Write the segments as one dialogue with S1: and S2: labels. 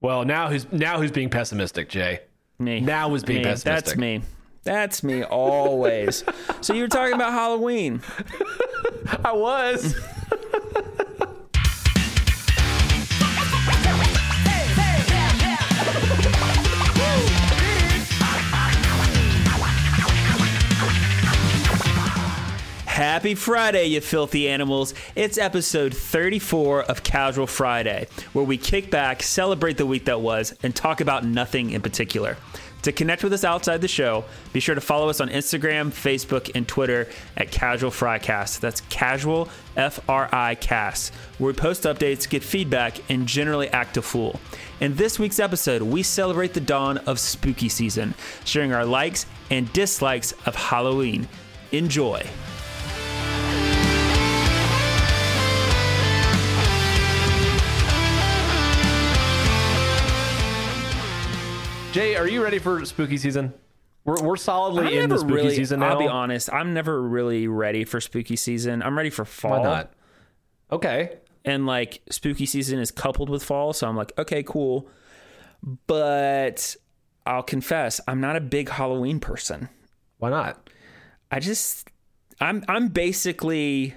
S1: Well, now who's now who's being pessimistic, Jay?
S2: Me.
S1: Now was being
S2: me.
S1: pessimistic.
S2: That's me. That's me always. so you were talking about Halloween.
S1: I was.
S2: Happy Friday, you filthy animals. It's episode 34 of Casual Friday, where we kick back, celebrate the week that was, and talk about nothing in particular. To connect with us outside the show, be sure to follow us on Instagram, Facebook, and Twitter at Casual Frycast. That's Casual F R I Cast, where we post updates, get feedback, and generally act a fool. In this week's episode, we celebrate the dawn of spooky season, sharing our likes and dislikes of Halloween. Enjoy.
S1: Jay, are you ready for spooky season? We're we're solidly
S2: I'm
S1: in
S2: never
S1: the spooky
S2: really,
S1: season now.
S2: I'll be honest. I'm never really ready for spooky season. I'm ready for fall.
S1: Why not? Okay.
S2: And like spooky season is coupled with fall, so I'm like, okay, cool. But I'll confess, I'm not a big Halloween person.
S1: Why not?
S2: I just I'm I'm basically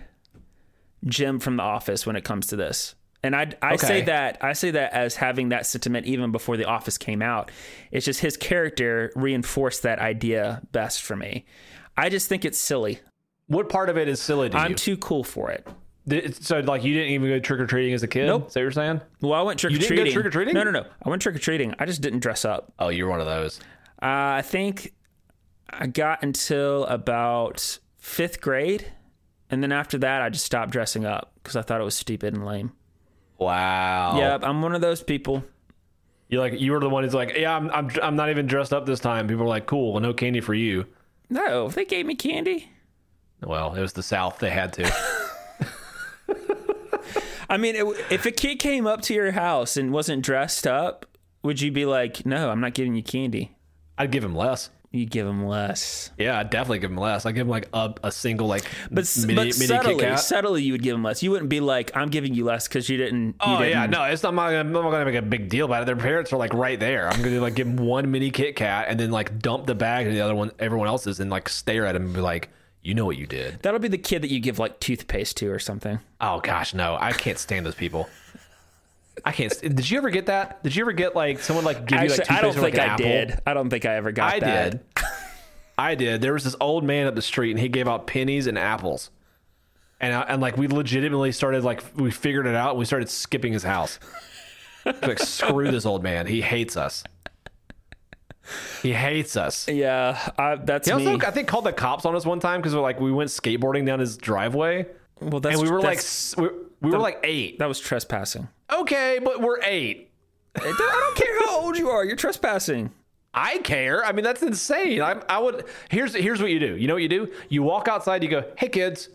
S2: Jim from the office when it comes to this. And I I say
S1: Okay.
S2: that I say that as having that sentiment even before the office came out. It's just his character reinforced that idea best for me. I just think it's silly.
S1: What part of it is silly to
S2: I'm
S1: you?
S2: too cool for it.
S1: Th- so like you didn't even go trick or treating as a kid?
S2: Nope.
S1: Is that what you're saying?
S2: Well, I went trick or
S1: didn't
S2: treating.
S1: go trick-or-treating?
S2: No, no, no. I went trick or treating. I just didn't dress up.
S1: Oh, you're one of those.
S2: Uh, I think I got until about fifth grade, and then after that, I just stopped dressing up because I thought it was stupid and lame.
S1: Wow.
S2: Yep, I'm one of those people.
S1: You like you were the one who's like, yeah, I'm I'm I'm not even dressed up this time. People were like, cool, well, no candy for you.
S2: No, if they gave me candy.
S1: Well, it was the South. They had to.
S2: I mean, it, if a kid came up to your house and wasn't dressed up, would you be like, "No, I'm not giving you candy"?
S1: I'd give him less.
S2: You give them less.
S1: Yeah, I'd definitely give him less. I'd give him like a, a single like
S2: But, s
S1: mini,
S2: but
S1: mini Kit
S2: subtly,
S1: Kat.
S2: subtly, you would give them less. You wouldn't be like, "I'm giving you less" because you didn't. You
S1: Oh
S2: didn't.
S1: yeah, no, it's not. I'm not gonna, I'm not gonna make a big deal about it. Their parents are like right there. I'm gonna like give them one mini Kit Kat and then like dump the bag and the other one, everyone else's, and like stare at him and be like, "You know what you did."
S2: That'll be the kid that you give like toothpaste to or something.
S1: Oh gosh, no, I can't stand those people. I can't. st- Did you ever get that? Did you ever get like someone like give you
S2: Actually,
S1: like
S2: I don't
S1: toothpaste or, like,
S2: think
S1: an
S2: I
S1: apple?
S2: did. I don't think I ever got
S1: I
S2: that.
S1: did. I did. There was this old man up the street, and he gave out pennies and apples. And I, and like we legitimately started like we figured it out, and we started skipping his house. like screw this old man. He hates us. He hates us. He
S2: Yeah, I, that's me.
S1: also, I think, called the cops on us one time because we're like we went skateboarding down his driveway,
S2: well, that's,
S1: and we were like
S2: that's-
S1: s- we, we were like eight.
S2: that was trespassing.
S1: Okay, but we're eight.
S2: I don't- I don't care how old you are. You're trespassing.
S1: I care. I mean, that's insane. I, I would. Here's here's what you do. You know what you do? You walk outside. You go, hey kids,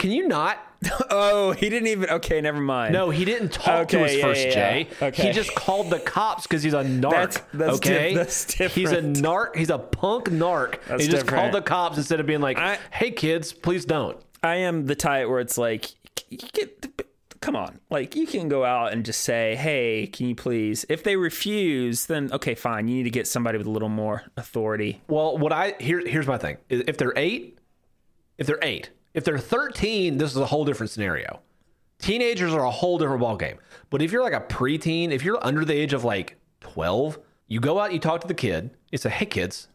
S1: can you not?
S2: Oh, he didn't even. Okay, never mind.
S1: No, he didn't talk to
S2: Okay,
S1: us
S2: yeah,
S1: first,
S2: yeah,
S1: Jay.
S2: yeah. Okay.
S1: He just called the cops because he's a narc.
S2: That's- that's di-
S1: okay,
S2: that's
S1: He's a
S2: different.
S1: narc. He's a punk narc.
S2: That's
S1: he just called
S2: different.
S1: the cops instead of being like,
S2: I-
S1: hey kids, please don't.
S2: I am the type where it's like, you get, come on, like you can go out and just say, hey, can you please? If they refuse, then okay, fine. You need to get somebody with a little more authority.
S1: Well, what I here here's my thing. I- If they're eight, if they're eight, if they're thirteen, this is a whole different scenario. Teenagers are a whole different ballgame. But if you're like a preteen, if you're under the age of like twelve, you go out, you talk to the kid, you say, "Hey, kids,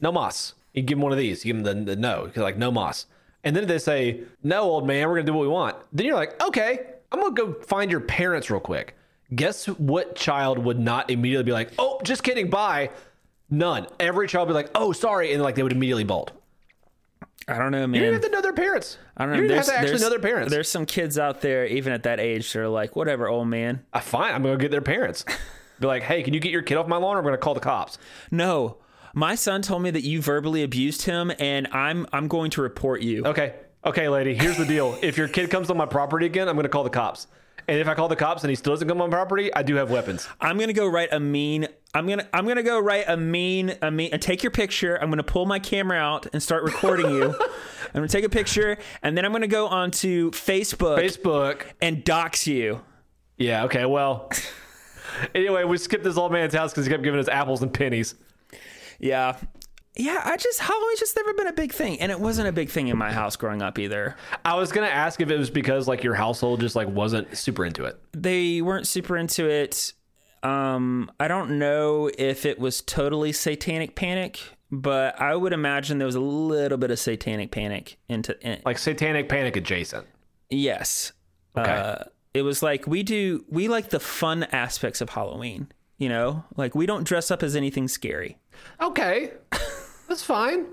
S1: no mas." You give them one of these. You give them the, the no, You're like no mas. And then they say, "No, old man, we're gonna do what we want." Then you're like, "Okay, I'm gonna go find your parents real quick." Guess what child would not immediately be like, "Oh, just kidding, bye." None. Every child would be like, "Oh, sorry," and like they would immediately bolt.
S2: I don't know, man.
S1: You don't have to know their parents.
S2: I don't know.
S1: You don't
S2: there's,
S1: have to actually
S2: there's-
S1: know their parents.
S2: There's some kids out there, even at that age, that are like, whatever, old man.
S1: I Uh, fine. I'm gonna get their parents. Be like, "Hey, can you get your kid off my lawn? Or I'm gonna call the cops."
S2: No, my son told me that you verbally abused him, and I'm I'm going to report you.
S1: Okay. Okay, lady, here's the deal. if your kid comes on my property again, I'm going to call the cops. And if I call the cops and he still doesn't come on my property, I do have weapons.
S2: I'm gonna go write a mean. I'm gonna I'm gonna go write a mean a mean. And take your picture. I'm gonna pull my camera out and start recording you. I'm gonna take a picture, and then I'm gonna go onto Facebook
S1: Facebook.
S2: and dox you.
S1: Yeah, okay, well. Anyway, we skipped this old man's house because he kept giving us apples and pennies.
S2: Yeah. Yeah, I just Halloween's just never been a big thing, and it wasn't a big thing in my house growing up either.
S1: I was gonna ask if it was because like your household just like wasn't super into it.
S2: They weren't super into it. Um, I don't know if it was totally satanic panic, but I would imagine there was a little bit of satanic panic into in,
S1: Like satanic panic adjacent.
S2: Yes.
S1: Okay.
S2: Uh, it was like we do we like the fun aspects of Halloween, you know? Like we don't dress up as anything scary.
S1: Okay, that's fine.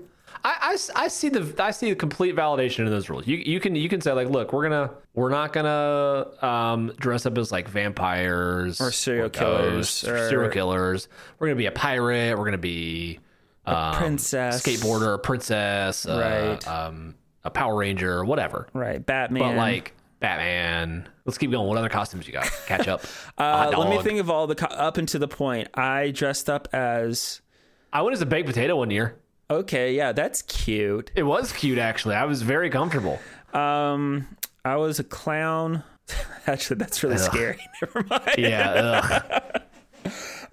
S1: I, I s- I see the I see the complete validation in those rules. You you can you can say like, look, we're gonna we're not gonna um, dress up as like vampires or
S2: serial
S1: ghosts
S2: killers,
S1: or
S2: or-
S1: serial killers. We're gonna be a pirate. We're gonna be um,
S2: princess.
S1: skateboarder, princess, uh,
S2: Right.
S1: um, a Power Ranger, whatever.
S2: Right, Batman.
S1: But like Batman. Let's keep going. What other costumes you got? Catch up.
S2: uh,
S1: Hot
S2: let me
S1: dog.
S2: think of all the co- up until the point I dressed up as
S1: I went as a baked potato one year.
S2: Okay, yeah, that's cute.
S1: It was cute actually. I was very comfortable.
S2: Um I was a clown. Actually, that's really scary. Never mind.
S1: Yeah. Ugh.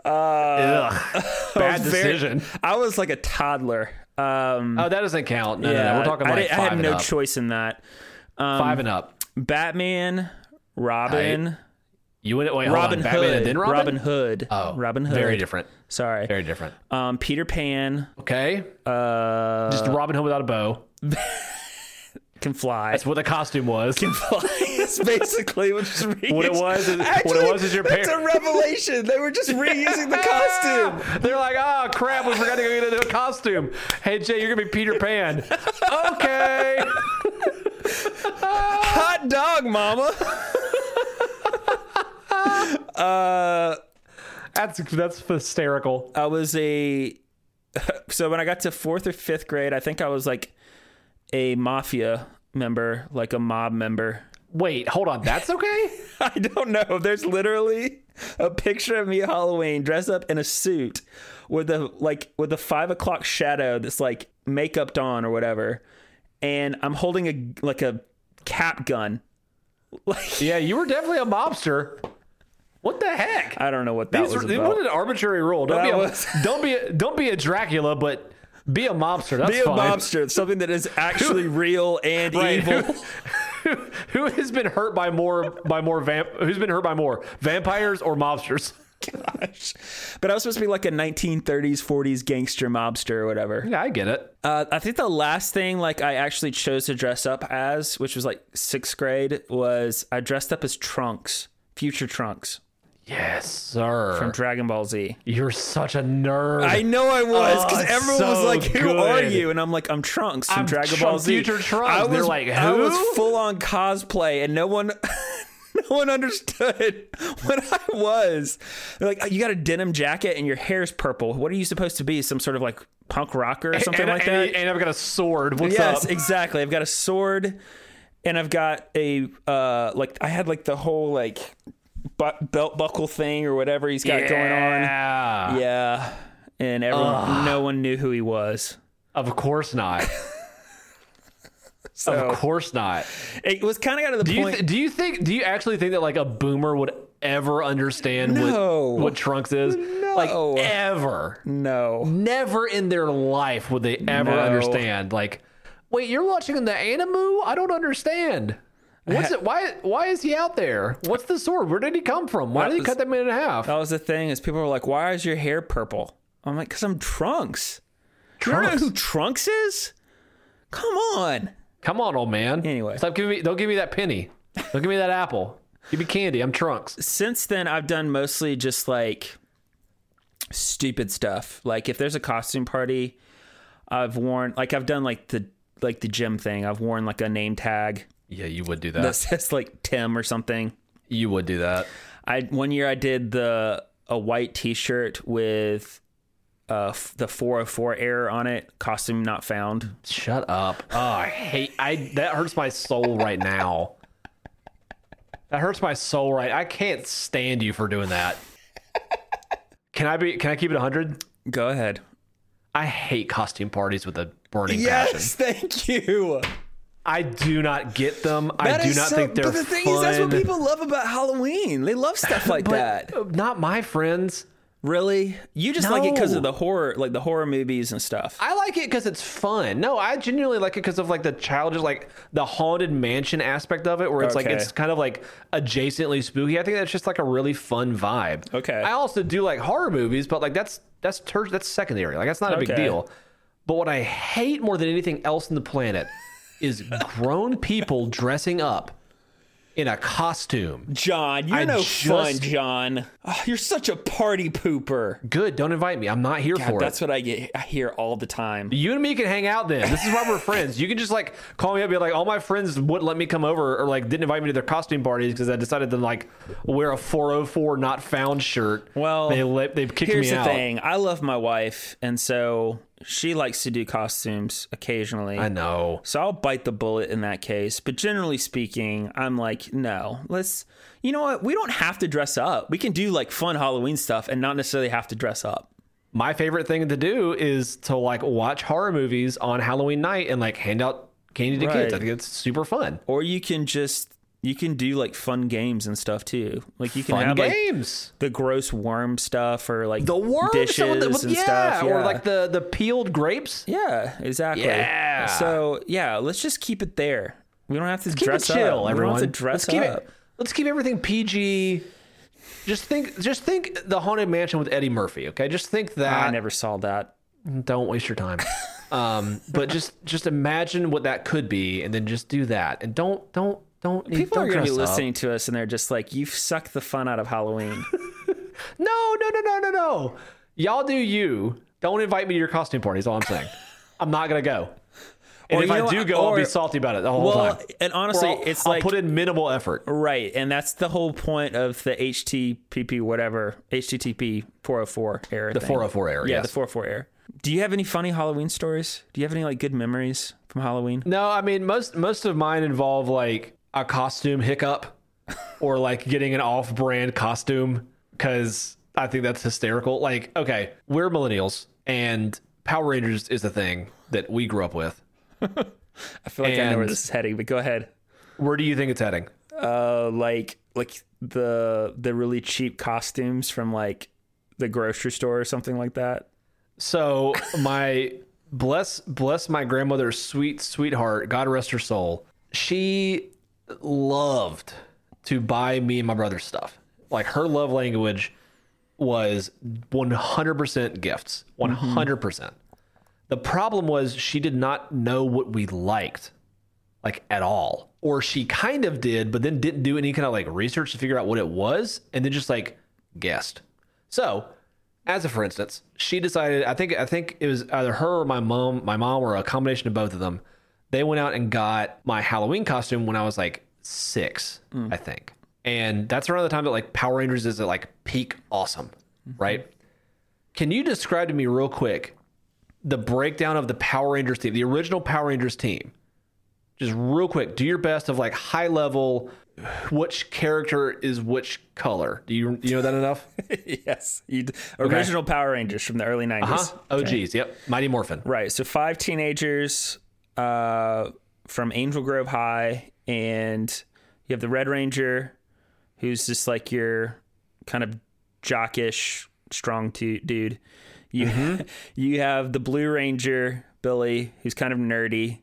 S1: Uh, ugh. Bad
S2: Very-
S1: decision.
S2: I was like a toddler. Um
S1: Oh, that doesn't count. No, no,
S2: yeah,
S1: no. We're talking
S2: I,
S1: like
S2: didn't- I
S1: five
S2: had
S1: and
S2: no
S1: up.
S2: choice in that.
S1: five and up.
S2: Batman, Robin,
S1: You went wait, hold on.
S2: Robin Hood,
S1: Batman and then Robin.
S2: Hood,
S1: Oh,
S2: Robin Hood.
S1: Very different.
S2: Sorry,
S1: Very different. Uh,
S2: um, Peter Pan
S1: Okay. Just Robin Hood without a bow.
S2: can fly.
S1: That's what the costume was.
S2: That's basically what, just reused.
S1: What it was is- what it was is your
S2: that's
S1: par-
S2: a revelation. They were just reusing the costume.
S1: They're like, oh crap, we forgot to go get a new costume. Hey Jay, you're gonna be Peter Pan. okay.
S2: Hot dog, mama.
S1: That's that's hysterical.
S2: I was a so when I got to fourth or fifth grade, I think I was like a mafia member, like a mob member.
S1: Wait, hold on, that's okay?
S2: I don't know. There's literally a picture of me at Halloween dressed up in a suit with a like with a five o'clock shadow that's like makeup on or whatever, and I'm holding a like a cap gun. Like
S1: yeah, you were definitely a mobster. What the heck?
S2: I don't know what that
S1: These
S2: was
S1: were-
S2: about.
S1: What an arbitrary rule. Don't be
S2: That
S1: a,
S2: was-
S1: don't be a, don't be a Dracula, but be a mobster. That's
S2: Be a
S1: fine.
S2: mobster, something that is actually real and
S1: Right.
S2: evil.
S1: Who, who has been hurt by more by more vamp? Who's been hurt by more vampires or mobsters?
S2: Gosh. But I was supposed to be like a 1930s, 40s gangster mobster or whatever.
S1: Yeah, I get it.
S2: Uh, I think the last thing like I actually chose to dress up as, which was like sixth grade, was I dressed up as Trunks, future Trunks
S1: Yes, sir.
S2: from Dragon Ball Z.
S1: You're such a nerd.
S2: I know I was because
S1: Oh,
S2: everyone was
S1: so
S2: like, "Who are
S1: good.
S2: you?" And I'm like, "I'm Trunks from
S1: I'm
S2: Dragon
S1: Tru-
S2: Ball Z."
S1: future Trunks.
S2: I was
S1: They're like,
S2: I was
S1: "Who?"
S2: full on cosplay, and no one. No one understood what I was. They're like, you got a denim jacket and your hair's purple. What are you supposed to be? Some sort of like punk rocker or something
S1: and,
S2: like
S1: and-
S2: that?
S1: And I've got a sword. What's
S2: Yes,
S1: up?
S2: exactly. I've got a sword, and I've got a uh, like I had like the whole like bu- belt buckle thing or whatever he's got going
S1: Yeah.
S2: on. Yeah, and everyone, no one knew who he was.
S1: Of course not.
S2: So
S1: Of course not.
S2: it was kind of got to the
S1: Do you
S2: point.
S1: th- do you think do you actually think that like a boomer would ever understand
S2: No.
S1: what what Trunks is?
S2: No.
S1: Like ever.
S2: no,
S1: Never in their life would they ever
S2: No.
S1: understand. Like, wait, you're watching the animu? I don't understand. What's it? Why? Why is he out there? What's the sword? Where did he come from? Why did he
S2: was-
S1: cut that man in half?
S2: that was the thing is people were like, "Why is your hair purple?" I'm like, "Cause I'm Trunks." Trunks. You don't
S1: Trunks.
S2: know who Trunks is? Come on.
S1: Come on, old man.
S2: Anyway.
S1: stop giving me. Don't give me that penny. Don't give me that apple. Give me candy. I'm Trunks.
S2: since then I've done mostly just like stupid stuff. Like if there's a costume party, I've worn like I've done like the like the gym thing. I've worn like a name tag
S1: Yeah, you would do that.
S2: that says like Tim or something.
S1: you would do that.
S2: I one year I did the a white T-shirt with uh f- the 404 error on it. Costume not found.
S1: Shut up. Oh, I hate I that hurts my soul right now. That hurts my soul right. I can't stand you for doing that. Can I be can I keep it 100?
S2: Go ahead.
S1: I hate costume parties with a burning passion.
S2: thank you.
S1: I do not get them.
S2: That
S1: I do
S2: is
S1: not
S2: so-
S1: think they're
S2: But the thing
S1: fun.
S2: is, that's what people love about Halloween. They love stuff like
S1: but
S2: that.
S1: uh, Not my friends.
S2: Really? You just like it because of
S1: No.
S2: the horror, like the horror movies and stuff.
S1: I like it because it's fun. No, I genuinely like it because of like the childish, like the haunted mansion aspect of it, where it's
S2: Okay.
S1: like it's kind of like adjacently spooky. I think that's just like a really fun vibe.
S2: Okay.
S1: I also do like horror movies, but like that's that's ter- that's secondary. Like that's not a big
S2: Okay.
S1: deal. But what I hate more than anything else on the planet is grown people dressing up in a costume.
S2: John, you're
S1: I
S2: no fun,
S1: just-
S2: John. Ah, you're such a party pooper.
S1: Good, don't invite me. I'm not here for it.
S2: That's what I get. I hear all the time.
S1: You and me can hang out then. This is why we're friends. You can just like call me up, and be like, all my friends wouldn't let me come over or like didn't invite me to their costume parties because I decided to like wear a 404 not found shirt.
S2: Well,
S1: they let they kicked
S2: Here's
S1: me
S2: the
S1: out.
S2: thing. I love my wife, and so she likes to do costumes occasionally.
S1: I know.
S2: So I'll bite the bullet in that case. But generally speaking, I'm like, no, let's, you know what? We don't have to dress up. We can do like fun Halloween stuff and not necessarily have to dress up.
S1: My favorite thing to do is to like watch horror movies on Halloween night and like hand out candy to
S2: Right.
S1: kids. I think it's super fun.
S2: Or you can just, you can do like fun games and stuff too. Like you can
S1: Fun
S2: have like
S1: games.
S2: the gross worm stuff or like
S1: the worms,
S2: dishes
S1: some of the-
S2: and
S1: yeah,
S2: stuff.
S1: or like the the peeled grapes.
S2: Yeah, exactly.
S1: Yeah.
S2: So yeah, let's just keep it there. We don't have to
S1: keep
S2: dress
S1: it chill,
S2: up.
S1: everyone.
S2: We don't have to dress
S1: let's
S2: up.
S1: Keep it, let's keep everything PG. Just think, just think the haunted mansion with Eddie Murphy. Okay, just think that.
S2: I never saw that.
S1: Don't waste your time. um, but just just imagine what that could be, and then just do that, and don't don't don't.
S2: People
S1: don't
S2: are going to be
S1: dress up.
S2: listening to us and they're just like, you've sucked the fun out of Halloween.
S1: No no no no no no. Y'all do you. Don't invite me to your costume party. Is all I'm saying. I'm not gonna go. And
S2: Or
S1: if
S2: you
S1: I
S2: know
S1: do
S2: what-
S1: go, I'll
S2: or-
S1: be salty about it the whole
S2: well,
S1: time.
S2: and honestly,
S1: Or I'll-
S2: it's
S1: I'll
S2: like,
S1: put in minimal effort.
S2: right. And that's the whole point of the HTTP, whatever, HTTP 404 error. The
S1: 404 error,
S2: Yeah, the
S1: oh yes.
S2: 404 error. Do you have any funny Halloween stories? Do you have any like good memories from Halloween?
S1: No, I mean most most of mine involve like a costume hiccup or like getting an off-brand costume cuz I think that's hysterical. Like, okay, we're millennials and Power Rangers is the thing that we grew up with.
S2: I feel like I know where
S1: And-
S2: this is heading, but go ahead.
S1: Where do you think it's heading?
S2: uh like like the the really cheap costumes from like the grocery store or something like that.
S1: So, my bless bless my grandmother's sweet sweetheart, God rest her soul. She loved to buy me and my brother stuff. Like her love language was 100% gifts. 100%. percent The problem was she did not know what we liked like at all. Or she kind of did, but then didn't do any kind of like research to figure out what it was and then just like guessed. So, as a for instance, she decided I think I think it was either her or my mom, my mom or a combination of both of them. They went out and got my Halloween costume when I was like 6, I think. And that's around the time that like Power Rangers is at like peak awesome, right? Can you describe to me real quick the breakdown of the Power Rangers team, the original Power Rangers team? Just real quick, do your best of like high level which character is which color. Do you you know that enough?
S2: yes, you d- original Power Rangers from the early 90s.
S1: Huh? OGs, yep. Mighty Morphin.
S2: Right. So five teenagers uh from Angel Grove High and you have the Red Ranger who's just like your kind of jockish strong tu- dude. You you have the Blue Ranger Billy who's kind of nerdy.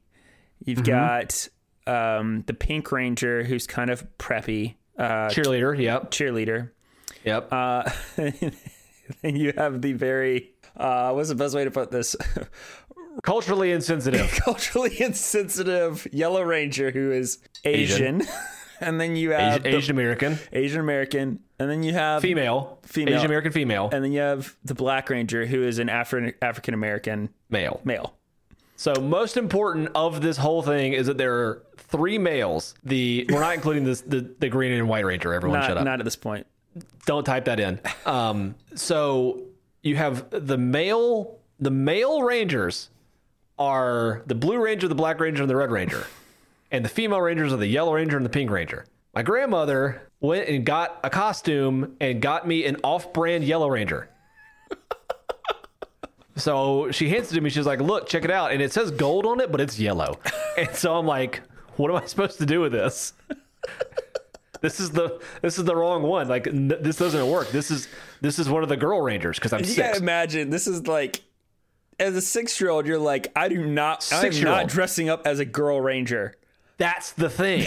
S2: You've got um the Pink Ranger who's kind of preppy uh
S1: Cheerleader, yep.
S2: cheerleader.
S1: Yep.
S2: Uh, and you have the very uh what's the best way to put this?
S1: Culturally insensitive.
S2: culturally insensitive Yellow Ranger who is Asian,
S1: Asian.
S2: and then you have the
S1: Asian American.
S2: Asian American, and then you have
S1: Female.
S2: Female.
S1: Asian American female.
S2: and then you have the Black Ranger who is an Afri- African American
S1: male.
S2: male.
S1: So most important of this whole thing is that there are three males. The we're not including this the, the green and white ranger, everyone shut
S2: Not,
S1: up.
S2: not at this point.
S1: Don't type that in. Um so you have the male the male rangers are the blue ranger, the black ranger, and the red ranger. And the female rangers are the yellow ranger and the pink ranger. My grandmother went and got a costume and got me an off brand yellow ranger. So she hands it to me. She's like, "Look, check it out." And it says gold on it, but it's yellow. and so I'm like, "What am I supposed to do with this?" This is the this is the wrong one. Like n- this doesn't work. This is this is one of the girl rangers because I'm
S2: You
S1: six.
S2: gotta imagine this is like, as a six-year-old, you're like, I do not, I'm
S1: Six-year-old.
S2: not dressing up as a girl ranger.
S1: That's the thing.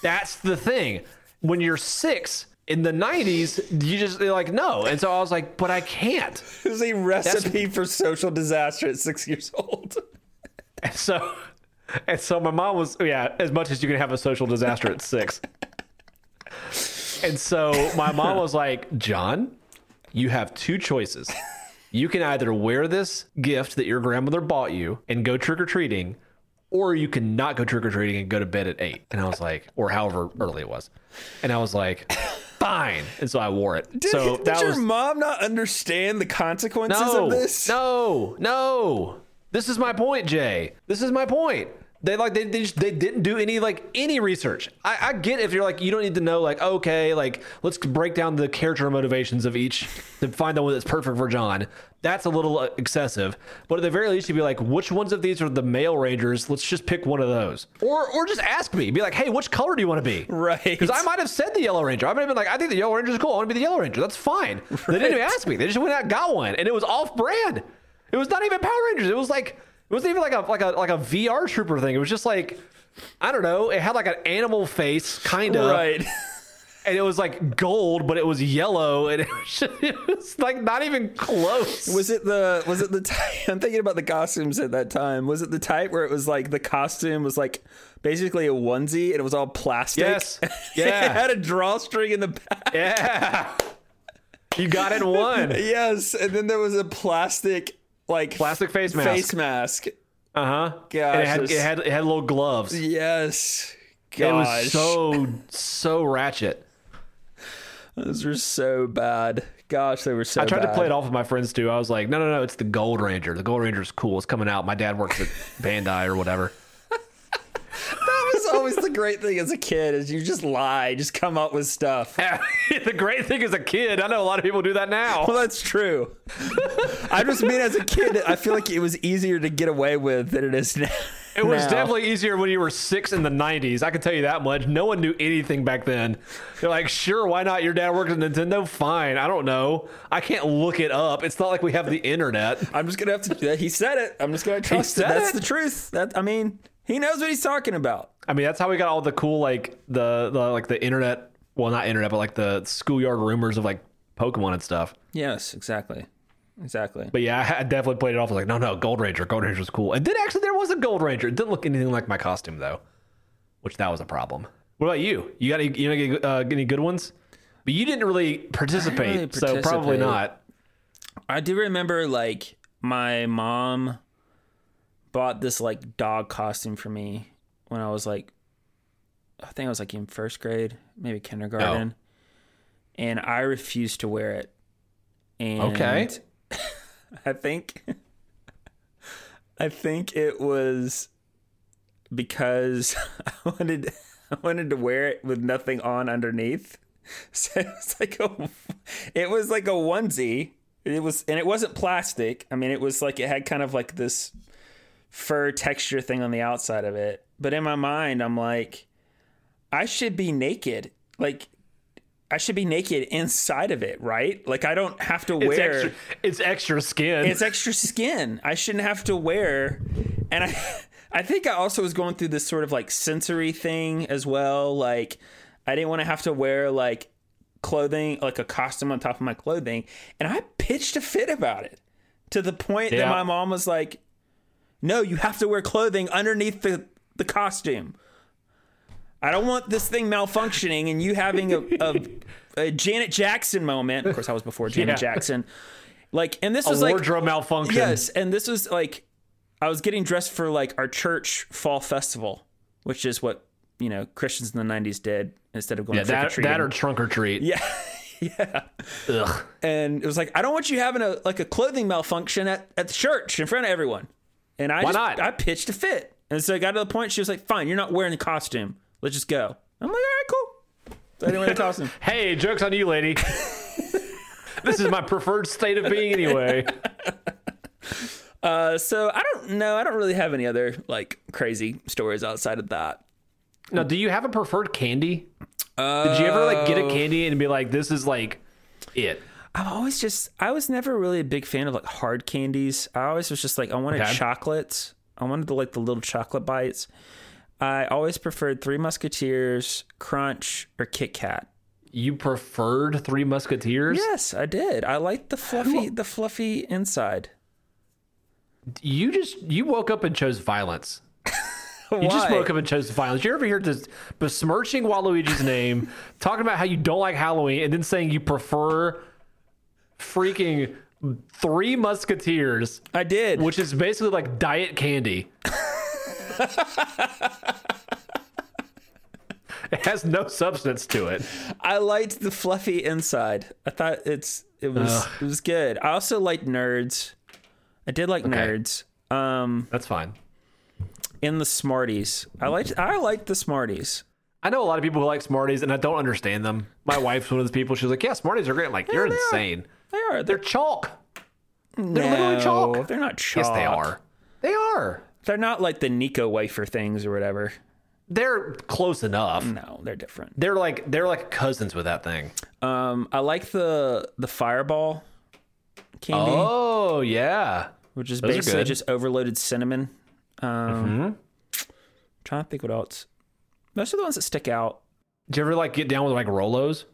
S1: That's the thing. When you're six in the '90s, you just they're like no. And so I was like, "But I can't."
S2: This is a recipe for social disaster at six years old.
S1: And so and so my mom was yeah as much as you can have a social disaster at six and so my mom was like john you have two choices you can either wear this gift that your grandmother bought you and go trick-or-treating or you can not go trick-or-treating and go to bed at eight and i was like or however early it was and i was like fine and so i wore it
S2: Did,
S1: so
S2: did
S1: that
S2: your
S1: was
S2: mom not understand the consequences
S1: no,
S2: of this?
S1: No, no. This is my point, Jay. This is my point. They like they they, just, they didn't do any like any research. I, I get if you're like you don't need to know like okay like let's break down the character motivations of each to find the one that's perfect for John. That's a little uh, excessive, but at the very least you'd be like which ones of these are the male rangers? Let's just pick one of those, or or just ask me. Be like hey, which color do you want to be?
S2: Right.
S1: Because I might have said the Yellow Ranger. I might have been like, I think the Yellow Ranger is cool. I want to be the Yellow Ranger. That's fine. They didn't even ask me. They just went out and got one, and it was off brand. It was not even Power Rangers. It was like it wasn't even like a like a like a VR trooper thing. It was just like I don't know. It had like an animal face, kind of,
S2: Right.
S1: and it was like gold, but it was yellow, and it was, just- it was like not even close.
S2: Was it the was it the type, I'm thinking about the costumes at that time. Was it the type where it was like the costume was like basically a onesie and it was all plastic?
S1: Yes.
S2: it
S1: Yeah.
S2: had a drawstring in the back.
S1: yeah, you got it in one.
S2: Yes, and then there was a plastic like
S1: Plastic face mask.
S2: face mask.
S1: Uh huh.
S2: Gosh,
S1: it had
S2: this-
S1: it had it had little gloves.
S2: Yes.
S1: It
S2: Gosh.
S1: was so so ratchet.
S2: Those were so bad. Gosh, they were so
S1: I tried
S2: bad.
S1: to play it off with my friends too. I was like, no, no, no, it's the Gold Ranger. The Gold Ranger's cool. It's coming out. My dad works at Bandai or whatever.
S2: That was always the great thing as a kid is you just lie, just come up with stuff.
S1: the great thing as a kid, I know a lot of people do that now.
S2: Well, that's true. I just mean as a kid, I feel like it was easier to get away with than it is now.
S1: It was
S2: now.
S1: definitely easier when you were six in the 90s. I can tell you that much. No one knew anything back then. They're like, sure, why not? Your dad works at Nintendo? Fine. I don't know. I can't look it up. It's not like we have the internet.
S2: I'm just gonna have to. He said it. I'm just gonna trust it.
S1: said
S2: That's
S1: it.
S2: the truth. That I mean, he knows what he's talking about.
S1: I mean, that's how we got all the cool, like, the, the like the internet, well, not internet, but like the schoolyard rumors of like Pokemon and stuff.
S2: Yes, exactly, exactly.
S1: But yeah, I had definitely played it off as like, no, no, Gold Ranger. Gold Ranger was cool. And then actually, there was a Gold Ranger. It didn't look anything like my costume though, which that was a problem. What about you? You got any, you know, any, uh, any good ones? But you didn't really participate,
S2: really
S1: so probably
S2: participate.
S1: not.
S2: I do remember like my mom bought this like dog costume for me when I was like I think I was like in first grade, maybe kindergarten. And I refused to wear it. And
S1: Okay.
S2: I think I think it was because I wanted I wanted to wear it with nothing on underneath. So it was like a it was like a onesie. It was and it wasn't plastic. I mean it was like it had kind of like this fur texture thing on the outside of it. But in my mind I'm like I should be naked. Like I should be naked inside of it, right? Like I don't have to
S1: It's
S2: wear
S1: extra, it's extra skin.
S2: it's extra skin. I shouldn't have to wear. And I, I think I also was going through this sort of like sensory thing as well. Like, I didn't want to have to wear like clothing, like a costume on top of my clothing. And I pitched a fit about it to the point that
S1: Yeah.
S2: my mom was like, no, you have to wear clothing underneath the, the costume. I don't want this thing malfunctioning and you having a, a, a Janet Jackson moment. Of course, I was before Janet
S1: Yeah.
S2: Jackson. Like, and this
S1: a
S2: was like
S1: wardrobe malfunction.
S2: Yes, and this was like I was getting dressed for like our church fall festival, which is what you know Christians in the '90s did instead of going
S1: Yeah, that,
S2: trick or
S1: that or
S2: treating.
S1: trunk or treat.
S2: Yeah, yeah.
S1: Ugh.
S2: And it was like I don't want you having a like a clothing malfunction at at the church in front of everyone. And I just,
S1: not?
S2: I pitched a fit, and so it got to the point she was like, "Fine, you're not wearing the costume. Let's just go." I'm like, "All right, cool." So I didn't wear the costume.
S1: Hey, jokes on you, lady. this is my preferred state of being anyway.
S2: Uh, so I don't know. I don't really have any other like crazy stories outside of that.
S1: Now, do you have a preferred candy? Did you ever like get a candy and be like, this is like it?
S2: I'm always just I was never really a big fan of like hard candies. I always was just like I wanted
S1: Okay.
S2: chocolates. I wanted the like the little chocolate bites. I always preferred Three Musketeers, Crunch, or Kit Kat.
S1: You preferred Three Musketeers?
S2: Yes, I did. I liked the fluffy the fluffy inside.
S1: You just you woke up and chose violence. You just
S2: Why?
S1: woke up and chose violence. You're over here just besmirching Waluigi's name, talking about how you don't like Halloween, and then saying you prefer freaking Three Musketeers,
S2: I did.
S1: which is basically like diet candy. it has no substance to it.
S2: I liked the fluffy inside. I thought it's it was it was good. I also liked nerds. I did like nerds. Um
S1: That's fine.
S2: and the Smarties. I liked I liked the Smarties.
S1: I know a lot of people who like Smarties, and I don't understand them. My wife's one of those people. She's like, "Yeah, Smarties are great." I'm like, "You're
S2: they are.
S1: insane.
S2: They are.
S1: They're
S2: They're
S1: chalk. They're literally chalk.
S2: They're not chalk.
S1: Yes, they are. They are.
S2: They're not like the Nico wafer things or whatever.
S1: They're close enough.
S2: No, they're different.
S1: They're like they're like cousins with that thing.
S2: Um, I like the the Fireball candy,
S1: Oh yeah,
S2: which is
S1: are
S2: basically
S1: good. Mm-hmm.
S2: just overloaded cinnamon. Um, Trying to think what else. Most of the ones that stick out.
S1: Did you ever like get down with like Rolos?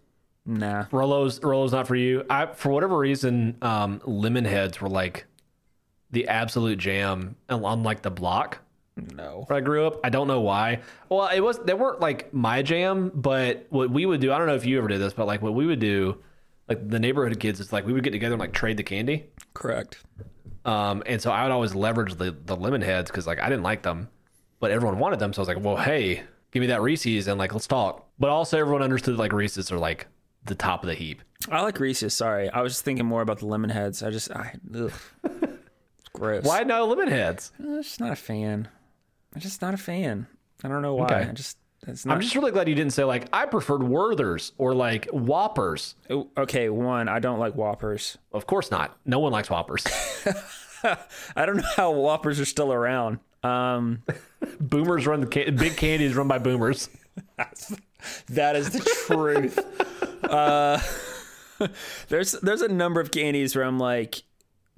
S2: Nah.
S1: Rolos, Rolos, not for you. I for whatever reason, um, lemon heads were like the absolute jam on like the block.
S2: No.
S1: where I grew up. I don't know why. Well, it was they weren't like my jam, but what we would do, I don't know if you ever did this, but like what we would do, like the neighborhood kids, it's like we would get together and like trade the candy.
S2: Correct.
S1: Um, and so I would always leverage the the lemon heads because like I didn't like them, but everyone wanted them. So I was like, well, hey, give me that Reese's and like let's talk. But also everyone understood like Reese's are like the top of the heap.
S2: I like Reese's. Sorry, I was just thinking more about the lemon heads. I just, I, ugh. it's gross.
S1: Why no lemon heads?
S2: I'm just not a fan. I'm just not a fan. I don't know why.
S1: Okay.
S2: I just it's
S1: I'm
S2: not.
S1: just really glad you didn't say like I preferred Werthers or like Whoppers.
S2: Oh, okay, one. I don't like Whoppers.
S1: Of course not. No one likes Whoppers.
S2: I don't know how Whoppers are still around. Um,
S1: boomers run the ca- big candy is run by boomers.
S2: that is the truth. uh, there's there's a number of candies where I'm like,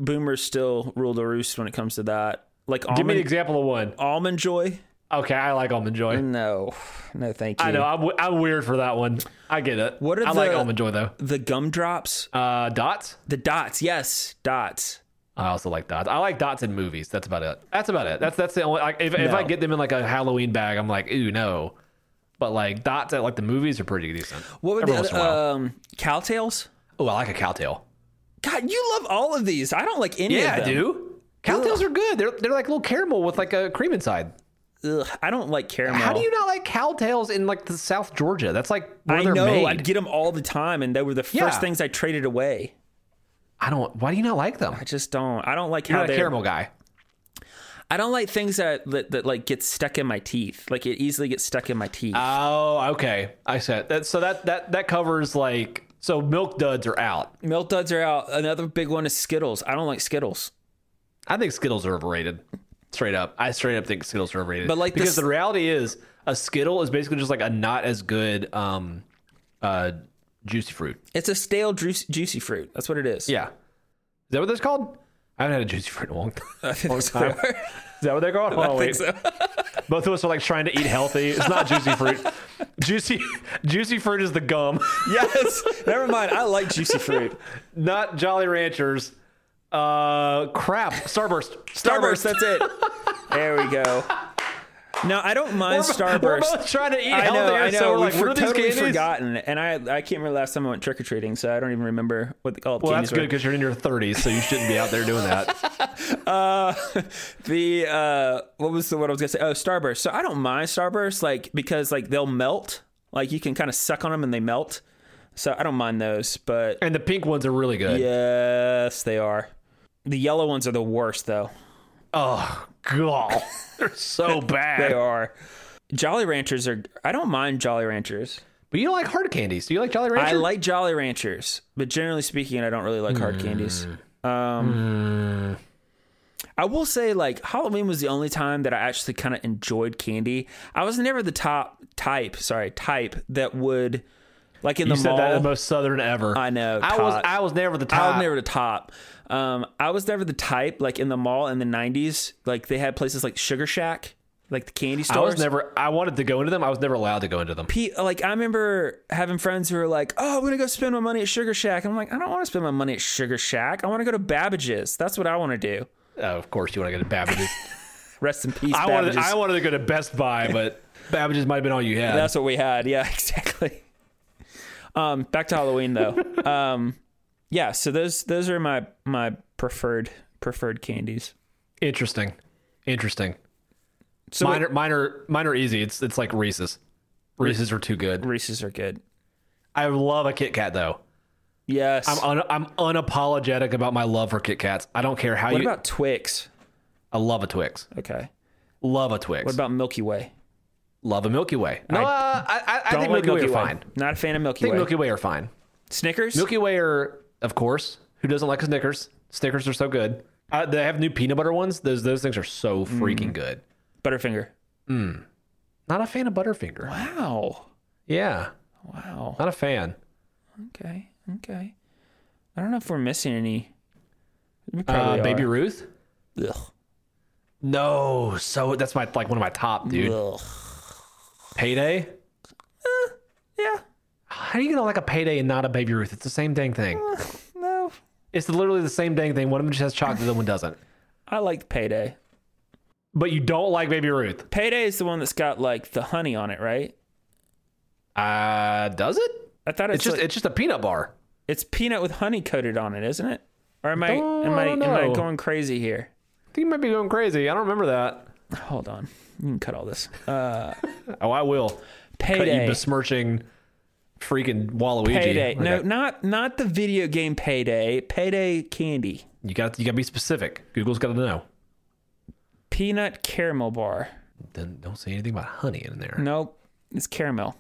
S2: Boomers still rule the roost when it comes to that. Like
S1: Give me an
S2: almond
S1: example of one.
S2: almond joy.
S1: Okay, I like almond joy.
S2: No, no, thank you.
S1: I know I'm, w- I'm weird for that one. I get it.
S2: What are
S1: I like
S2: the-
S1: almond joy though.
S2: The gumdrops,
S1: Uh, dots.
S2: the dots. Yes, dots.
S1: I also like dots. I like dots in movies. That's about it. That's about it. That's that's the only. Like, if if I
S2: No.
S1: get them in like a Halloween bag, I'm like, ooh no. But like dots at like the movies are pretty decent.
S2: What were
S1: Every
S2: the
S1: once in a while.
S2: other- um, cowtails?
S1: Oh, I like a cowtail.
S2: God, you love all of these. I don't like any
S1: Yeah,
S2: of
S1: I
S2: them.
S1: do. Cowtails are good. They're they're like little caramel with like a cream inside.
S2: Ugh, I don't like caramel.
S1: How do you not like cowtails in like the South Georgia? That's like where
S2: I
S1: they're
S2: know.
S1: made.
S2: I'd get them all the time, and they were the first
S1: Yeah.
S2: things I traded away.
S1: I don't. Why do you not like them?
S2: I just don't. I don't like
S1: You're
S2: how
S1: not a
S2: they.
S1: caramel guy.
S2: I don't like things that, that that like get stuck in my teeth. Like it easily gets stuck in my teeth.
S1: Oh, okay. I said that. So that that that covers like so milk duds are out.
S2: Milk duds are out. Another big one is Skittles. I don't like Skittles.
S1: I think Skittles are overrated. Straight up, I straight up think Skittles are overrated.
S2: But, like,
S1: because
S2: this-
S1: the reality is, a Skittle is basically just like a not as good um, uh, juicy fruit.
S2: It's a stale juicy, juicy fruit. That's what it is.
S1: Yeah, is that what that's called? I haven't had a juicy fruit in a long time. Is
S2: That's
S1: time.
S2: what-
S1: that what they're called? Hold on,
S2: I think
S1: wait.
S2: so.
S1: Both of us are like trying to eat healthy. It's not juicy fruit. juicy juicy fruit is the gum.
S2: yes. Never mind. I like juicy fruit.
S1: not Jolly Ranchers. Uh, crap. Starburst.
S2: Starburst. That's it. There we go. No, I don't mind Starburst.
S1: We're both trying to eat
S2: I know,
S1: healthier,
S2: I know.
S1: so we're
S2: We've
S1: like, what are these
S2: totally
S1: candies?
S2: forgotten, and I I can't remember last time I went trick or treating, so I don't even remember what the, all the
S1: Well, that's
S2: candies
S1: good because you're in your 30s, so you shouldn't be out there doing that.
S2: were. The uh, what was the what I was gonna say? Oh, Starburst. So I don't mind Starburst, like because like they'll melt, like you can kind of suck on them and they melt. So I don't mind those, but
S1: And the pink ones are really good.
S2: yes, they are. The yellow ones are the worst, though.
S1: Oh, God. They're so
S2: They
S1: bad.
S2: are. Jolly Ranchers are. I don't mind Jolly Ranchers.
S1: But you don't like hard candies. Do you like Jolly
S2: I
S1: Ranchers?
S2: like Jolly
S1: Hmm.
S2: Ranchers, but generally speaking, I don't really like hard candies. Um, I will say, like, Halloween was the only time that I actually kind of enjoyed candy. I was never the top type, sorry, type that would, like, in
S1: You
S2: the
S1: said
S2: mall.
S1: that the most southern ever.
S2: I know,
S1: I was
S2: cock.
S1: I was never the top.
S2: I was never the top. Um, I was never the type like in the mall in the '90s. Like they had places like Sugar Shack, like the candy stores.
S1: I was never. I wanted to go into them. I was never allowed to go into them.
S2: Pe- like I remember having friends who were like, "Oh, I'm gonna go spend my money at Sugar Shack." I'm like, I don't want to spend my money at Sugar Shack. I want to go to Babbage's. That's what I want to do.
S1: Oh, of course, you want to go to Babbage's.
S2: Rest in peace,
S1: I wanted.
S2: Babbage's.
S1: I wanted to go to Best Buy, but Babbage's might have been all you had.
S2: That's what we had. Yeah, exactly. Um, back to Halloween though. um, yeah. So those those are my my preferred preferred candies.
S1: Interesting. Interesting.
S2: So
S1: mine, are, mine are mine are easy. It's it's like Reese's. Reese's are too good.
S2: Reese's are good.
S1: I love a Kit Kat though.
S2: Yes.
S1: I'm un, I'm unapologetic about my love for Kit Kats. I don't care how
S2: What
S1: you.
S2: about Twix?
S1: I love a Twix.
S2: Okay.
S1: Love a Twix.
S2: What about Milky Way?
S1: love a Milky Way. No, I, I, I, I think
S2: like
S1: Milky, Way are fine. I
S2: Not a fan of Milky
S1: think
S2: Way.
S1: Milky Way are fine.
S2: Snickers?
S1: Milky Way are, of course, who doesn't like Snickers? Snickers are so good. Uh, they have new peanut butter ones. Those those things are so freaking good.
S2: Butterfinger.
S1: Not a fan of Butterfinger.
S2: Wow.
S1: Yeah,
S2: Wow.
S1: not a fan.
S2: Okay. Okay. I don't know if we're missing any. We
S1: Uh,
S2: probably
S1: Baby
S2: are.
S1: Ruth.
S2: Ugh.
S1: No, so that's my like one of my top, dude.
S2: Ugh.
S1: Payday.
S2: Yeah.
S1: How are you gonna like a payday and not a Baby Ruth? It's the same dang thing.
S2: No.
S1: It's literally the same dang thing. One of them just has chocolate, the other one doesn't.
S2: I like Payday.
S1: But you don't like Baby Ruth.
S2: Payday is the one that's got like the honey on it, right?
S1: Uh, does it?
S2: I thought it's,
S1: It's just
S2: like-
S1: it's just a peanut bar.
S2: it's peanut with honey coated on it, isn't it? Or am I
S1: don't-
S2: am
S1: I
S2: I,
S1: don't
S2: am I
S1: know.
S2: going crazy here?
S1: I think you might be going crazy. I don't remember that.
S2: Hold on. You can cut all this. Uh,
S1: Oh, I will. Cut
S2: payday.
S1: you besmirching freaking Waluigi.
S2: Payday.
S1: Like,
S2: No, not not the video game Payday. Payday candy.
S1: you got you got to be specific. Google's got to know.
S2: Peanut caramel bar.
S1: Then don't say anything about honey in there.
S2: Nope, it's caramel.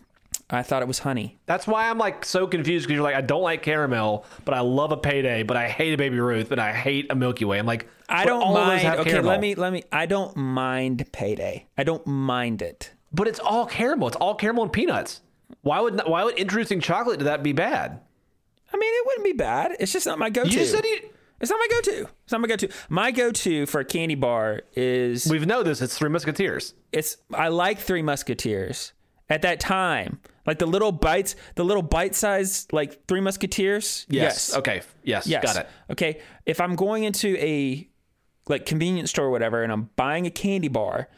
S2: I thought it was honey.
S1: That's why I'm like so confused because you're like I don't like caramel, but I love a payday, but I hate a Baby Ruth, but I hate a Milky Way. I'm like
S2: I
S1: but
S2: don't
S1: all of those
S2: mind.
S1: have
S2: Okay,
S1: caramel.
S2: let me let me. I don't mind Payday. I don't mind it.
S1: But it's all caramel. It's all caramel and peanuts. Why would why would introducing chocolate to that be bad?
S2: I mean, it wouldn't be bad. It's just not my go-to.
S1: You just said you,
S2: it's not my go-to. It's not my go-to. My go-to for a candy bar is
S1: we've know this. It's Three Musketeers.
S2: it's I like Three Musketeers at that time. Like the little bites, the little bite-sized like Three Musketeers.
S1: Okay. Yes.
S2: Yes.
S1: Got it.
S2: Okay. If I'm going into a like convenience store or whatever and I'm buying a candy bar,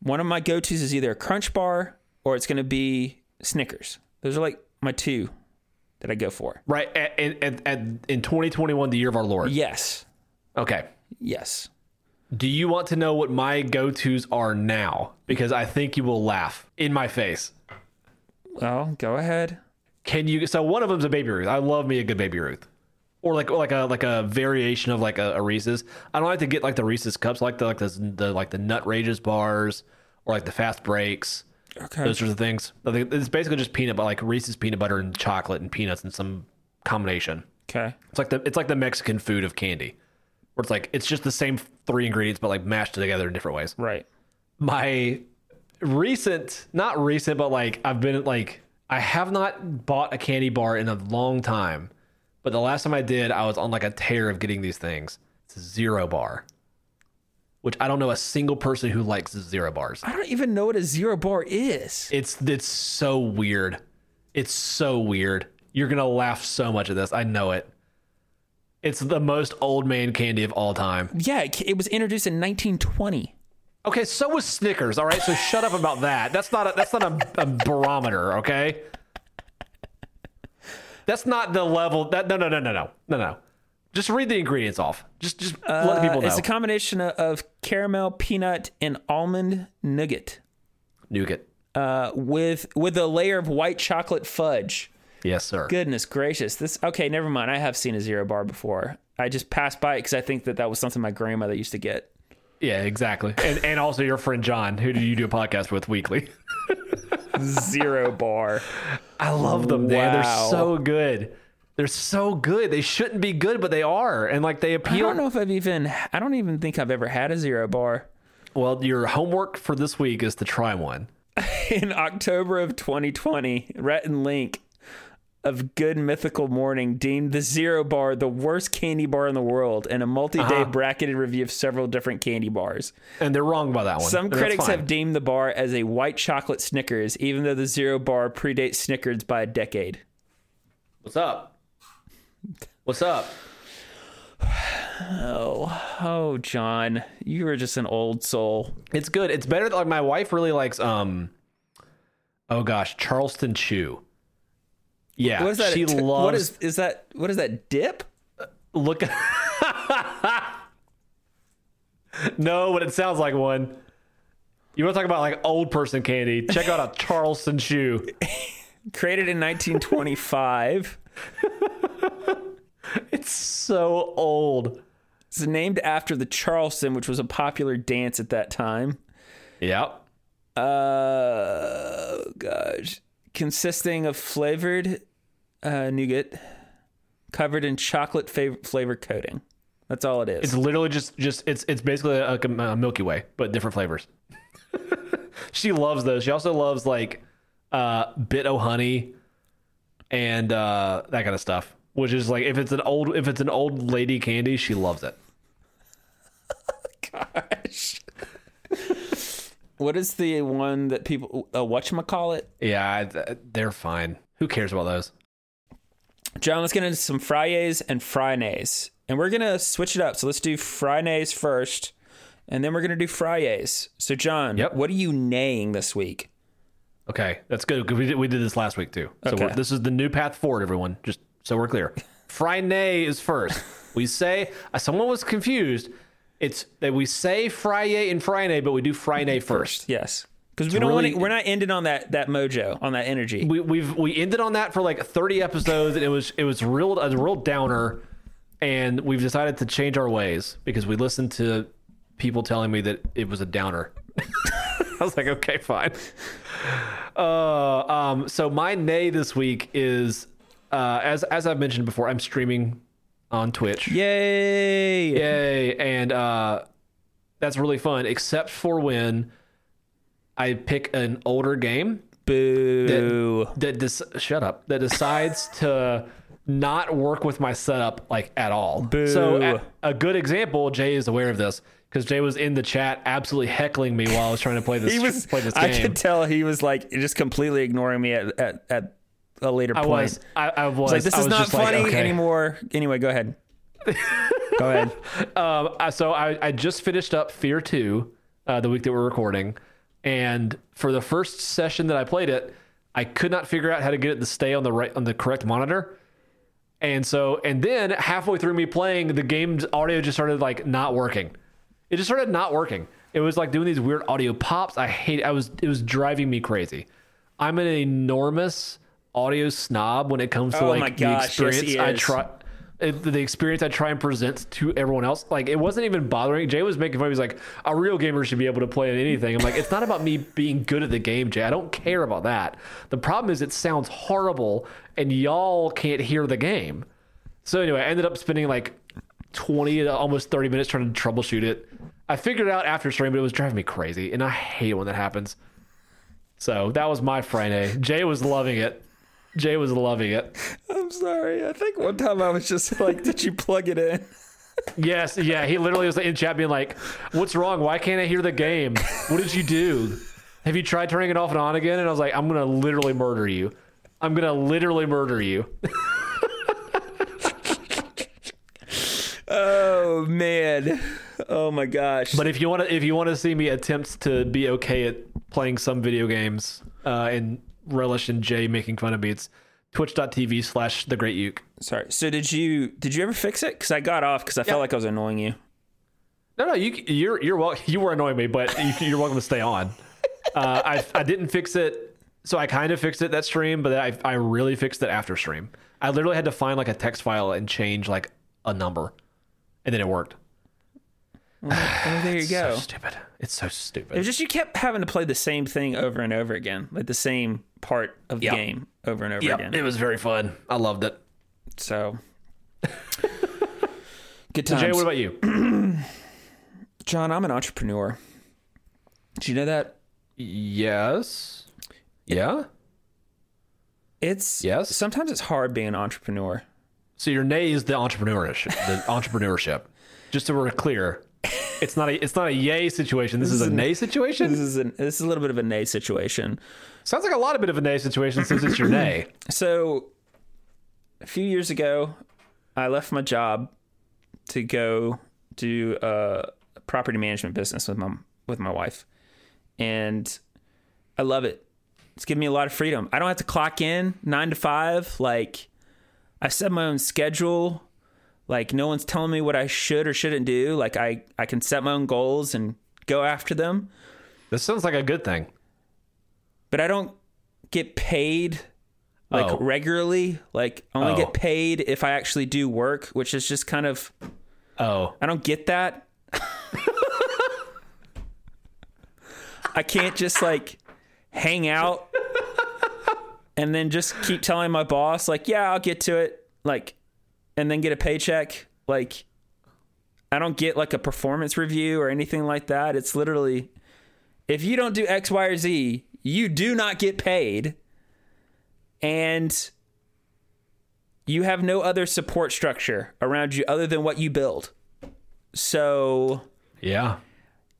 S2: one of my go-tos is either a crunch bar or it's going to be Snickers. Those are like my two that I go for.
S1: Right. At, at, at, at, in 2021, the year of our Lord.
S2: Yes.
S1: Okay.
S2: Yes.
S1: Do you want to know what my go tos are now? Because I think you will laugh in my face.
S2: Well, go ahead.
S1: Can you? So one of them's a Baby Ruth. I love me a good Baby Ruth, or like or like a like a variation of like a, a Reese's. I don't like to get like the Reese's cups. I like the like the, the like the Nut Rages bars or like the Fast Breaks.
S2: Okay.
S1: Those sorts of things. I think It's basically just peanut butter, like Reese's peanut butter and chocolate and peanuts and some combination.
S2: okay.
S1: It's like the it's like the Mexican food of candy, where it's like it's just the same three ingredients but like mashed together in different ways
S2: Right.
S1: my recent not recent but like i've been like i have not bought a candy bar in a long time but the last time i did i was on like a tear of getting these things it's a zero bar which i don't know a single person who likes zero bars
S2: I don't even know what a zero bar is.
S1: it's it's so weird it's so weird you're gonna laugh so much at this i know it it's the most old man candy of all time
S2: Yeah, it, it was introduced in 1920.
S1: Okay, so was Snickers. All right, so shut up about that. That's not a, that's not a, a barometer. Okay, that's not the level. That no no no no no no no. Just read the ingredients off. Just just let the people
S2: Uh, It's
S1: know.
S2: a combination of, of caramel, peanut, and almond nougat.
S1: Nougat.
S2: uh, with with a layer of white chocolate fudge.
S1: Yes, sir.
S2: Goodness gracious! This okay. Never mind. I have seen a zero bar before. I just passed by because I think that that was something my grandmother used to get.
S1: Yeah, exactly. And and also your friend John, who do you do a podcast with weekly?
S2: Zero bar.
S1: I love them, man.
S2: Wow.
S1: They're so good. They're so good. They shouldn't be good, but they are. And like they
S2: I
S1: appeal.
S2: don't know if I've even. I don't even think I've ever had a zero bar.
S1: Well, your homework for this week is to try one.
S2: In October of 2020, Rhett and Link of Good Mythical Morning deemed the Zero Bar the worst candy bar in the world in a multi-day bracketed review of several different candy bars.
S1: And they're wrong by that one.
S2: Some
S1: And that's
S2: critics
S1: fine.
S2: have deemed the bar as a white chocolate Snickers, even though the Zero Bar predates Snickers by a decade.
S1: What's up? What's up?
S2: Oh, John, you are just an old soul.
S1: It's good. It's better. than- Like my wife really likes. Um. Oh gosh, Charleston Chew. Yeah,
S2: What is that?
S1: she
S2: t-
S1: loves.
S2: What is is that? What is that dip?
S1: Look. no, but it sounds like one. You want to talk about like old person candy? Check out a Charleston Chew.
S2: Created in 1925.
S1: It's so old.
S2: It's named after the Charleston, which was a popular dance at that time.
S1: Yep.
S2: Uh, gosh. Consisting of flavored uh, nougat covered in chocolate fav- flavor coating. That's all it is.
S1: It's literally just just it's it's basically a, a Milky Way, but different flavors. she loves those. She also loves like uh bit o honey and uh that kind of stuff. Which is like if it's an old if it's an old lady candy, she loves it.
S2: gosh. what is the one that people uh, whatchamacallit?
S1: Yeah, I, th- they're fine. Who cares about those?
S2: John, let's get into some Fridays and Fridays. And we're going to switch it up. So let's do Fridays first, and then we're going to do Fridays. So, John,
S1: Yep.
S2: what are you naying this week?
S1: Okay, that's good because we did, we did this last week too. So
S2: Okay.
S1: we're, this is the new path forward, everyone. Just so we're clear, Friday is first. We say uh, someone was confused. It's that we say Friday and Friday, but we do Friday first.
S2: Yes. Because we don't
S1: really-
S2: want to, we're not ending on that that mojo, on that energy.
S1: We, we've we ended on that for like thirty episodes, and it was it was real a real downer. And we've decided to change our ways because we listened to people telling me that it was a downer. I was like, okay, fine. Uh, um, so my nay this week is, uh, as as I've mentioned before, I'm streaming on Twitch.
S2: Yay.
S1: Yay! And uh, that's really fun, except for when I pick an older game
S2: Boo.
S1: that dis- shut up that decides to not work with my setup like at all. So a, a good example, Jay is aware of this because Jay was in the chat absolutely heckling me while I was trying to play this.
S2: he was,
S1: play this game.
S2: I could tell he was like just completely ignoring me at, at, at a later
S1: I
S2: point.
S1: was. I, I was.
S2: like, this
S1: I
S2: is
S1: was
S2: not
S1: just like,
S2: funny
S1: okay.
S2: anymore. Anyway, go ahead. go ahead.
S1: Um, I- so I, I just finished up Fear Two, uh, the week that we're recording, and for the first session that I played it, I could not figure out how to get it to stay on the right on the correct monitor, and so and then halfway through me playing, the game's audio just started like not working. It just started not working. It was like doing these weird audio pops. I hate. I was. It was driving me crazy. I'm an enormous audio snob when it comes to
S2: Oh
S1: like
S2: my
S1: the
S2: gosh, yes,
S1: experience
S2: he
S1: I
S2: is.
S1: try it, the experience I try and present to everyone else. Like it wasn't even bothering. Jay was making fun. He was like, "A real gamer should be able to play anything." I'm like, "It's not about me being good at the game, Jay. I don't care about that. The problem is it sounds horrible, and y'all can't hear the game." So anyway, I ended up spending like 20 to almost 30 minutes trying to troubleshoot it. I figured it out after stream, but it was driving me crazy, and I hate when that happens. So that was my Friday. Jay was loving it. Jay was loving it.
S2: I'm sorry. I think one time I was just like, did you plug it in?
S1: Yes, yeah. He literally was in chat being like, "What's wrong? Why can't I hear the game? What did you do? Have you tried turning it off and on again?" And I was like, "I'm gonna literally murder you. I'm gonna literally murder you."
S2: Oh man. Oh my gosh.
S1: But if you want to, if you want to see me attempt to be okay at playing some video games uh, and relish in Jay making fun of me, it's twitch.tv slash the great uke.
S2: sorry. So did you did you ever fix it? Because I got off because I felt like I was annoying you.
S1: No, no, you you're you're wel- you were annoying me, but you, you're welcome to stay on. Uh, I I didn't fix it, so I kind of fixed it that stream, but I I really fixed it after stream. I literally had to find like a text file and change like a number, and then it worked.
S2: Oh, there you go.
S1: So stupid. It's so stupid.
S2: It's just you kept having to play the same thing over and over again, like the same part of the
S1: Yep.
S2: game over and over
S1: Yep,
S2: again.
S1: it was very fun. I loved it.
S2: So good
S1: So
S2: times.
S1: Jay, what about you?
S2: John, I'm an entrepreneur. Did you know that?
S1: yes. Yeah.
S2: It's
S1: Yes.
S2: Sometimes it's hard being an entrepreneur.
S1: So your nay is the entrepreneurship. The entrepreneurship. Just so we're clear, it's not a it's not a yay situation. This, is a nay situation.
S2: This is an, this is a little bit of a nay situation.
S1: Sounds like a lot of bit of a nay situation since it's your nay.
S2: So, a few years ago, I left my job to go do a property management business with my with my wife, and I love it. It's given me a lot of freedom. I don't have to clock in nine to five. Like, I set my own schedule. Like, no one's telling me what I should or shouldn't do. Like, I I can set my own goals and go after them.
S1: This sounds like a good thing.
S2: but I don't get paid like
S1: Oh.
S2: regularly. Like I only
S1: Oh.
S2: get paid if I actually do work, which is just kind of
S1: Oh,
S2: I don't get that. I can't just like hang out and then just keep telling my boss like, "Yeah, I'll get to it." Like and then get a paycheck. Like I don't get like a performance review or anything like that. It's literally if you don't do X, Y, or Z, you do not get paid. And you have no other support structure around you other than what you build. So
S1: yeah.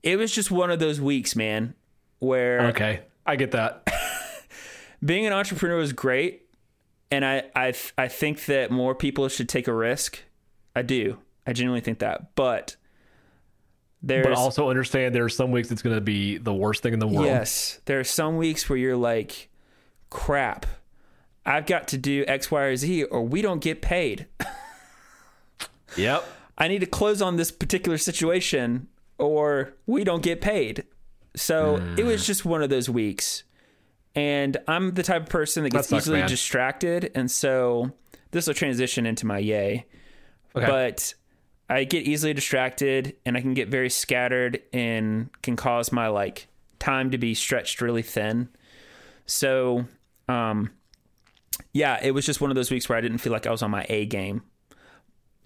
S2: it was just one of those weeks, man, where
S1: Okay, I get that.
S2: being an entrepreneur is great. And I, I, I think that more people should take a risk. I do. I genuinely think that. But there's
S1: But also understand there are some weeks it's going to be the worst thing in the world.
S2: Yes. There are some weeks where you're like, crap, I've got to do X, Y, or Z, or we don't get paid.
S1: Yep.
S2: I need to close on this particular situation, or we don't get paid. So it was just one of those weeks. And I'm the type of person that gets
S1: sucks,
S2: easily
S1: man.
S2: distracted. And so this will transition into my yay.
S1: Okay.
S2: But I get easily distracted and I can get very scattered and can cause my like time to be stretched really thin. So um yeah, it was just one of those weeks where I didn't feel like I was on my A game.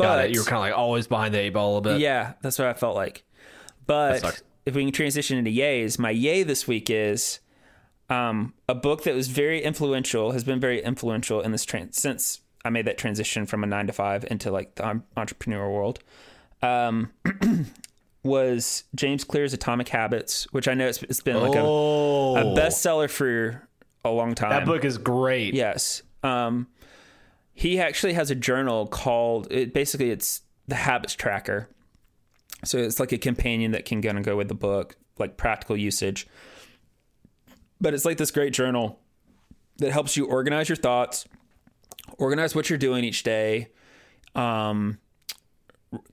S1: Got it. You were kind of like always behind the eight ball a bit.
S2: Yeah, that's what I felt like.
S1: That
S2: But
S1: sucks.
S2: if we can transition into yays, my yay this week is um, a book that was very influential, has been very influential in this trans since I made that transition from a nine to five into like the um, entrepreneur world. Um, was James Clear's Atomic Habits, which I know it's, it's been like a,
S1: oh,
S2: a bestseller for a long time.
S1: that book is great.
S2: Yes. Um, he actually has a journal called it, basically it's the habits tracker. So it's like a companion that can kind of go with the book, like practical usage. But it's like this great journal that helps you organize your thoughts, organize what you're doing each day, um,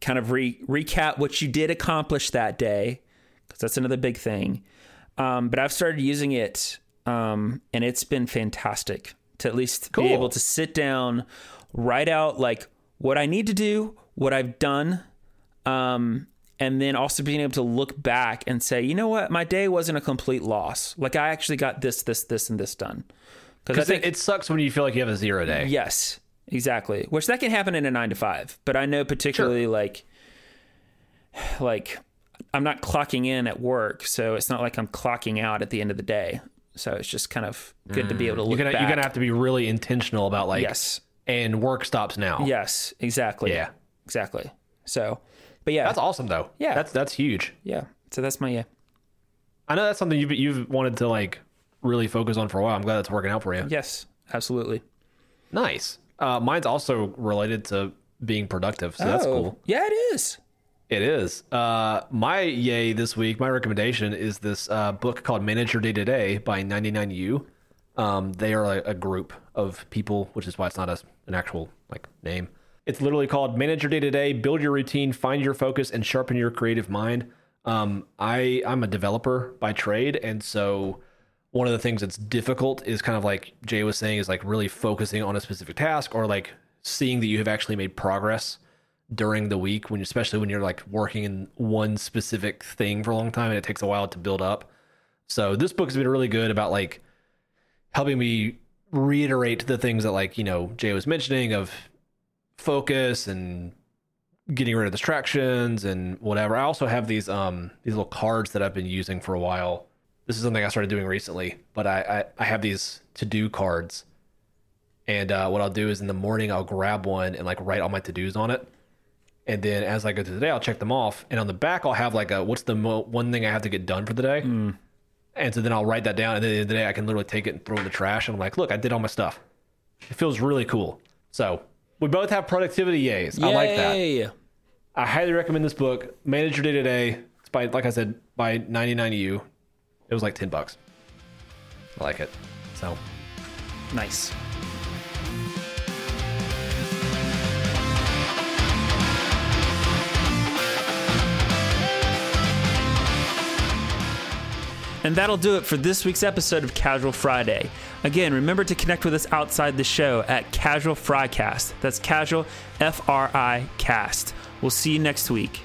S2: kind of re- recap what you did accomplish that day, because that's another big thing. Um, but I've started using it, um, and it's been fantastic to at least
S1: Cool.
S2: be able to sit down, write out like what I need to do, what I've done, um, and then also being able to look back and say, you know what, my day wasn't a complete loss. Like I actually got this, this, this, and this done. Because I
S1: Because
S2: think
S1: it, it sucks when you feel like you have a zero day.
S2: Yes, exactly. Which that can happen in a nine to five, but I know particularly like, like I'm not clocking in at work, so it's not like I'm clocking out at the end of the day. So it's just kind of good to be able to look
S1: You're gonna
S2: back.
S1: you're gonna have to be really intentional about like
S2: yes,
S1: and work stops now.
S2: yes, exactly.
S1: Yeah.
S2: exactly. So, but yeah,
S1: That's awesome though.
S2: Yeah.
S1: That's that's huge.
S2: yeah. So that's my yeah.
S1: I know that's something you've you've wanted to like really focus on for a while. I'm glad that's working out for you.
S2: Yes, absolutely.
S1: Nice. Uh, mine's also related to being productive, so that's
S2: Oh,
S1: cool.
S2: Yeah, it is.
S1: It is. Uh, my yay this week, my recommendation is this uh, book called Manage Your Day to Day by 99U. Um, they are a, a group of people, which is why it's not a, an actual like name. It's literally called Manage Your Day to Day, Build Your Routine, Find Your Focus, and Sharpen Your Creative Mind. Um, I I'm a developer by trade, and so one of the things that's difficult is kind of like Jay was saying is like really focusing on a specific task or like seeing that you have actually made progress during the week when especially when you're like working in one specific thing for a long time and it takes a while to build up. So this book has been really good about like helping me reiterate the things that like, you know, Jay was mentioning of focus and getting rid of distractions and whatever. I also have these um these little cards that I've been using for a while. This is something I started doing recently, but I I, I have these to do cards, and uh, what I'll do is in the morning I'll grab one and like write all my to dos on it, and then as I go through the day I'll check them off, and on the back I'll have like a what's the mo- one thing I have to get done for the day, and so then I'll write that down, and then at the end of the day I can literally take it and throw it in the trash, and I'm like, look, I did all my stuff. It feels really cool. So. We both have productivity yays. I like that.
S2: Yay.
S1: I highly recommend this book, Manage Your Day to Day. It's by, like I said, by 99U. It was like 10 bucks. I like it. So,
S2: Nice. And that'll do it for this week's episode of Casual Friday. Again, remember to connect with us outside the show at Casual Frycast. That's Casual F R I Cast. We'll see you next week.